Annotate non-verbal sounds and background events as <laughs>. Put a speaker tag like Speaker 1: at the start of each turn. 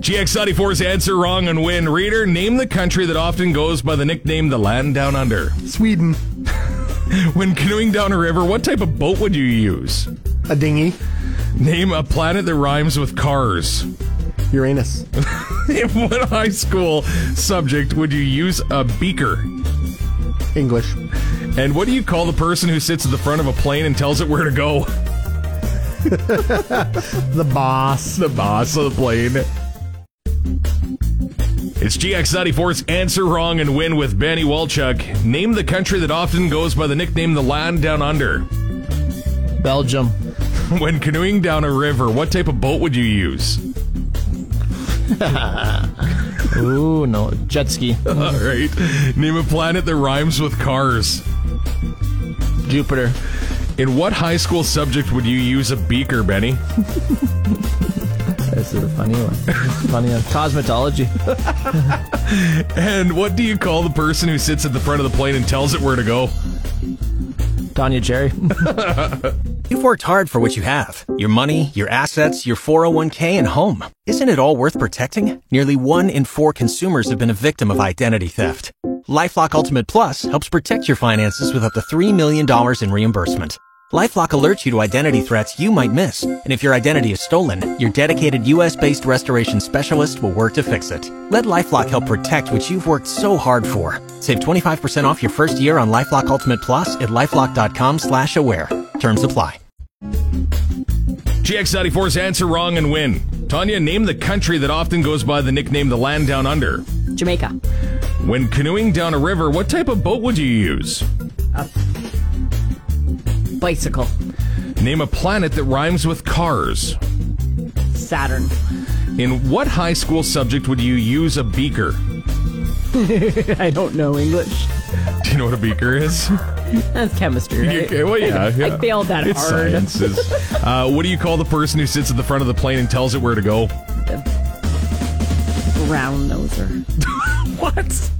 Speaker 1: GX94's answer wrong and win. Reader, name the country that often goes by the nickname the land down under.
Speaker 2: Sweden,
Speaker 1: When canoeing down a river, what type of boat would you use?
Speaker 2: a dinghy,
Speaker 1: Name a planet that rhymes with cars. <laughs>
Speaker 2: Uranus,
Speaker 1: In what high school subject would you use a beaker?
Speaker 2: English,
Speaker 1: And what do you call the person who sits at the front of a plane and tells it where to go? <laughs>
Speaker 2: the boss.
Speaker 1: The boss of the plane. It's GX94's Answer Wrong and Win with Benny Walchuk. Name the country that often goes by the nickname the land down under.
Speaker 2: Belgium,
Speaker 1: <laughs> When canoeing down a river, what type of boat would you use?
Speaker 3: Ooh, no. Jet <laughs> ski.
Speaker 1: All right. Name a planet that rhymes with cars.
Speaker 3: Jupiter.
Speaker 1: In what high school subject would you use a beaker, Benny?
Speaker 3: This is a funny one. funny one. Cosmetology.
Speaker 1: And what do you call the person who sits at the front of the plane and tells it where to go?
Speaker 3: Tanya Cherry.
Speaker 4: You've worked hard for what you have your money, your assets, your 401k, and home. Isn't it all worth protecting? Nearly one in four consumers have been a victim of identity theft. Lifelock Ultimate Plus helps protect your finances with up to $3 million in reimbursement. Lifelock alerts you to identity threats you might miss. And if your identity is stolen, your dedicated US based restoration specialist will work to fix it. Let Lifelock help protect what you've worked so hard for. Save 25% off your first year on Lifelock Ultimate Plus at lifelock.com/aware. slash aware. Terms apply.
Speaker 1: GX94's Answer Wrong and Win. Tanya, name the country that often goes by the nickname the land down under.
Speaker 5: Jamaica.
Speaker 1: When canoeing down a river, what type of boat would you use?
Speaker 5: Bicycle.
Speaker 1: Name a planet that rhymes with cars.
Speaker 5: Saturn. <laughs>
Speaker 1: In what high school subject would you use a beaker? <laughs>
Speaker 5: I don't know English.
Speaker 1: Do you know what a beaker is?
Speaker 5: That's
Speaker 1: <laughs>
Speaker 5: chemistry, right?
Speaker 1: Okay, well, yeah, yeah.
Speaker 5: I failed that
Speaker 1: it's
Speaker 5: hard.
Speaker 1: sciences. uh, what do you call the person who sits at the front of the plane and tells it where to go?
Speaker 5: Brown noser.
Speaker 1: What?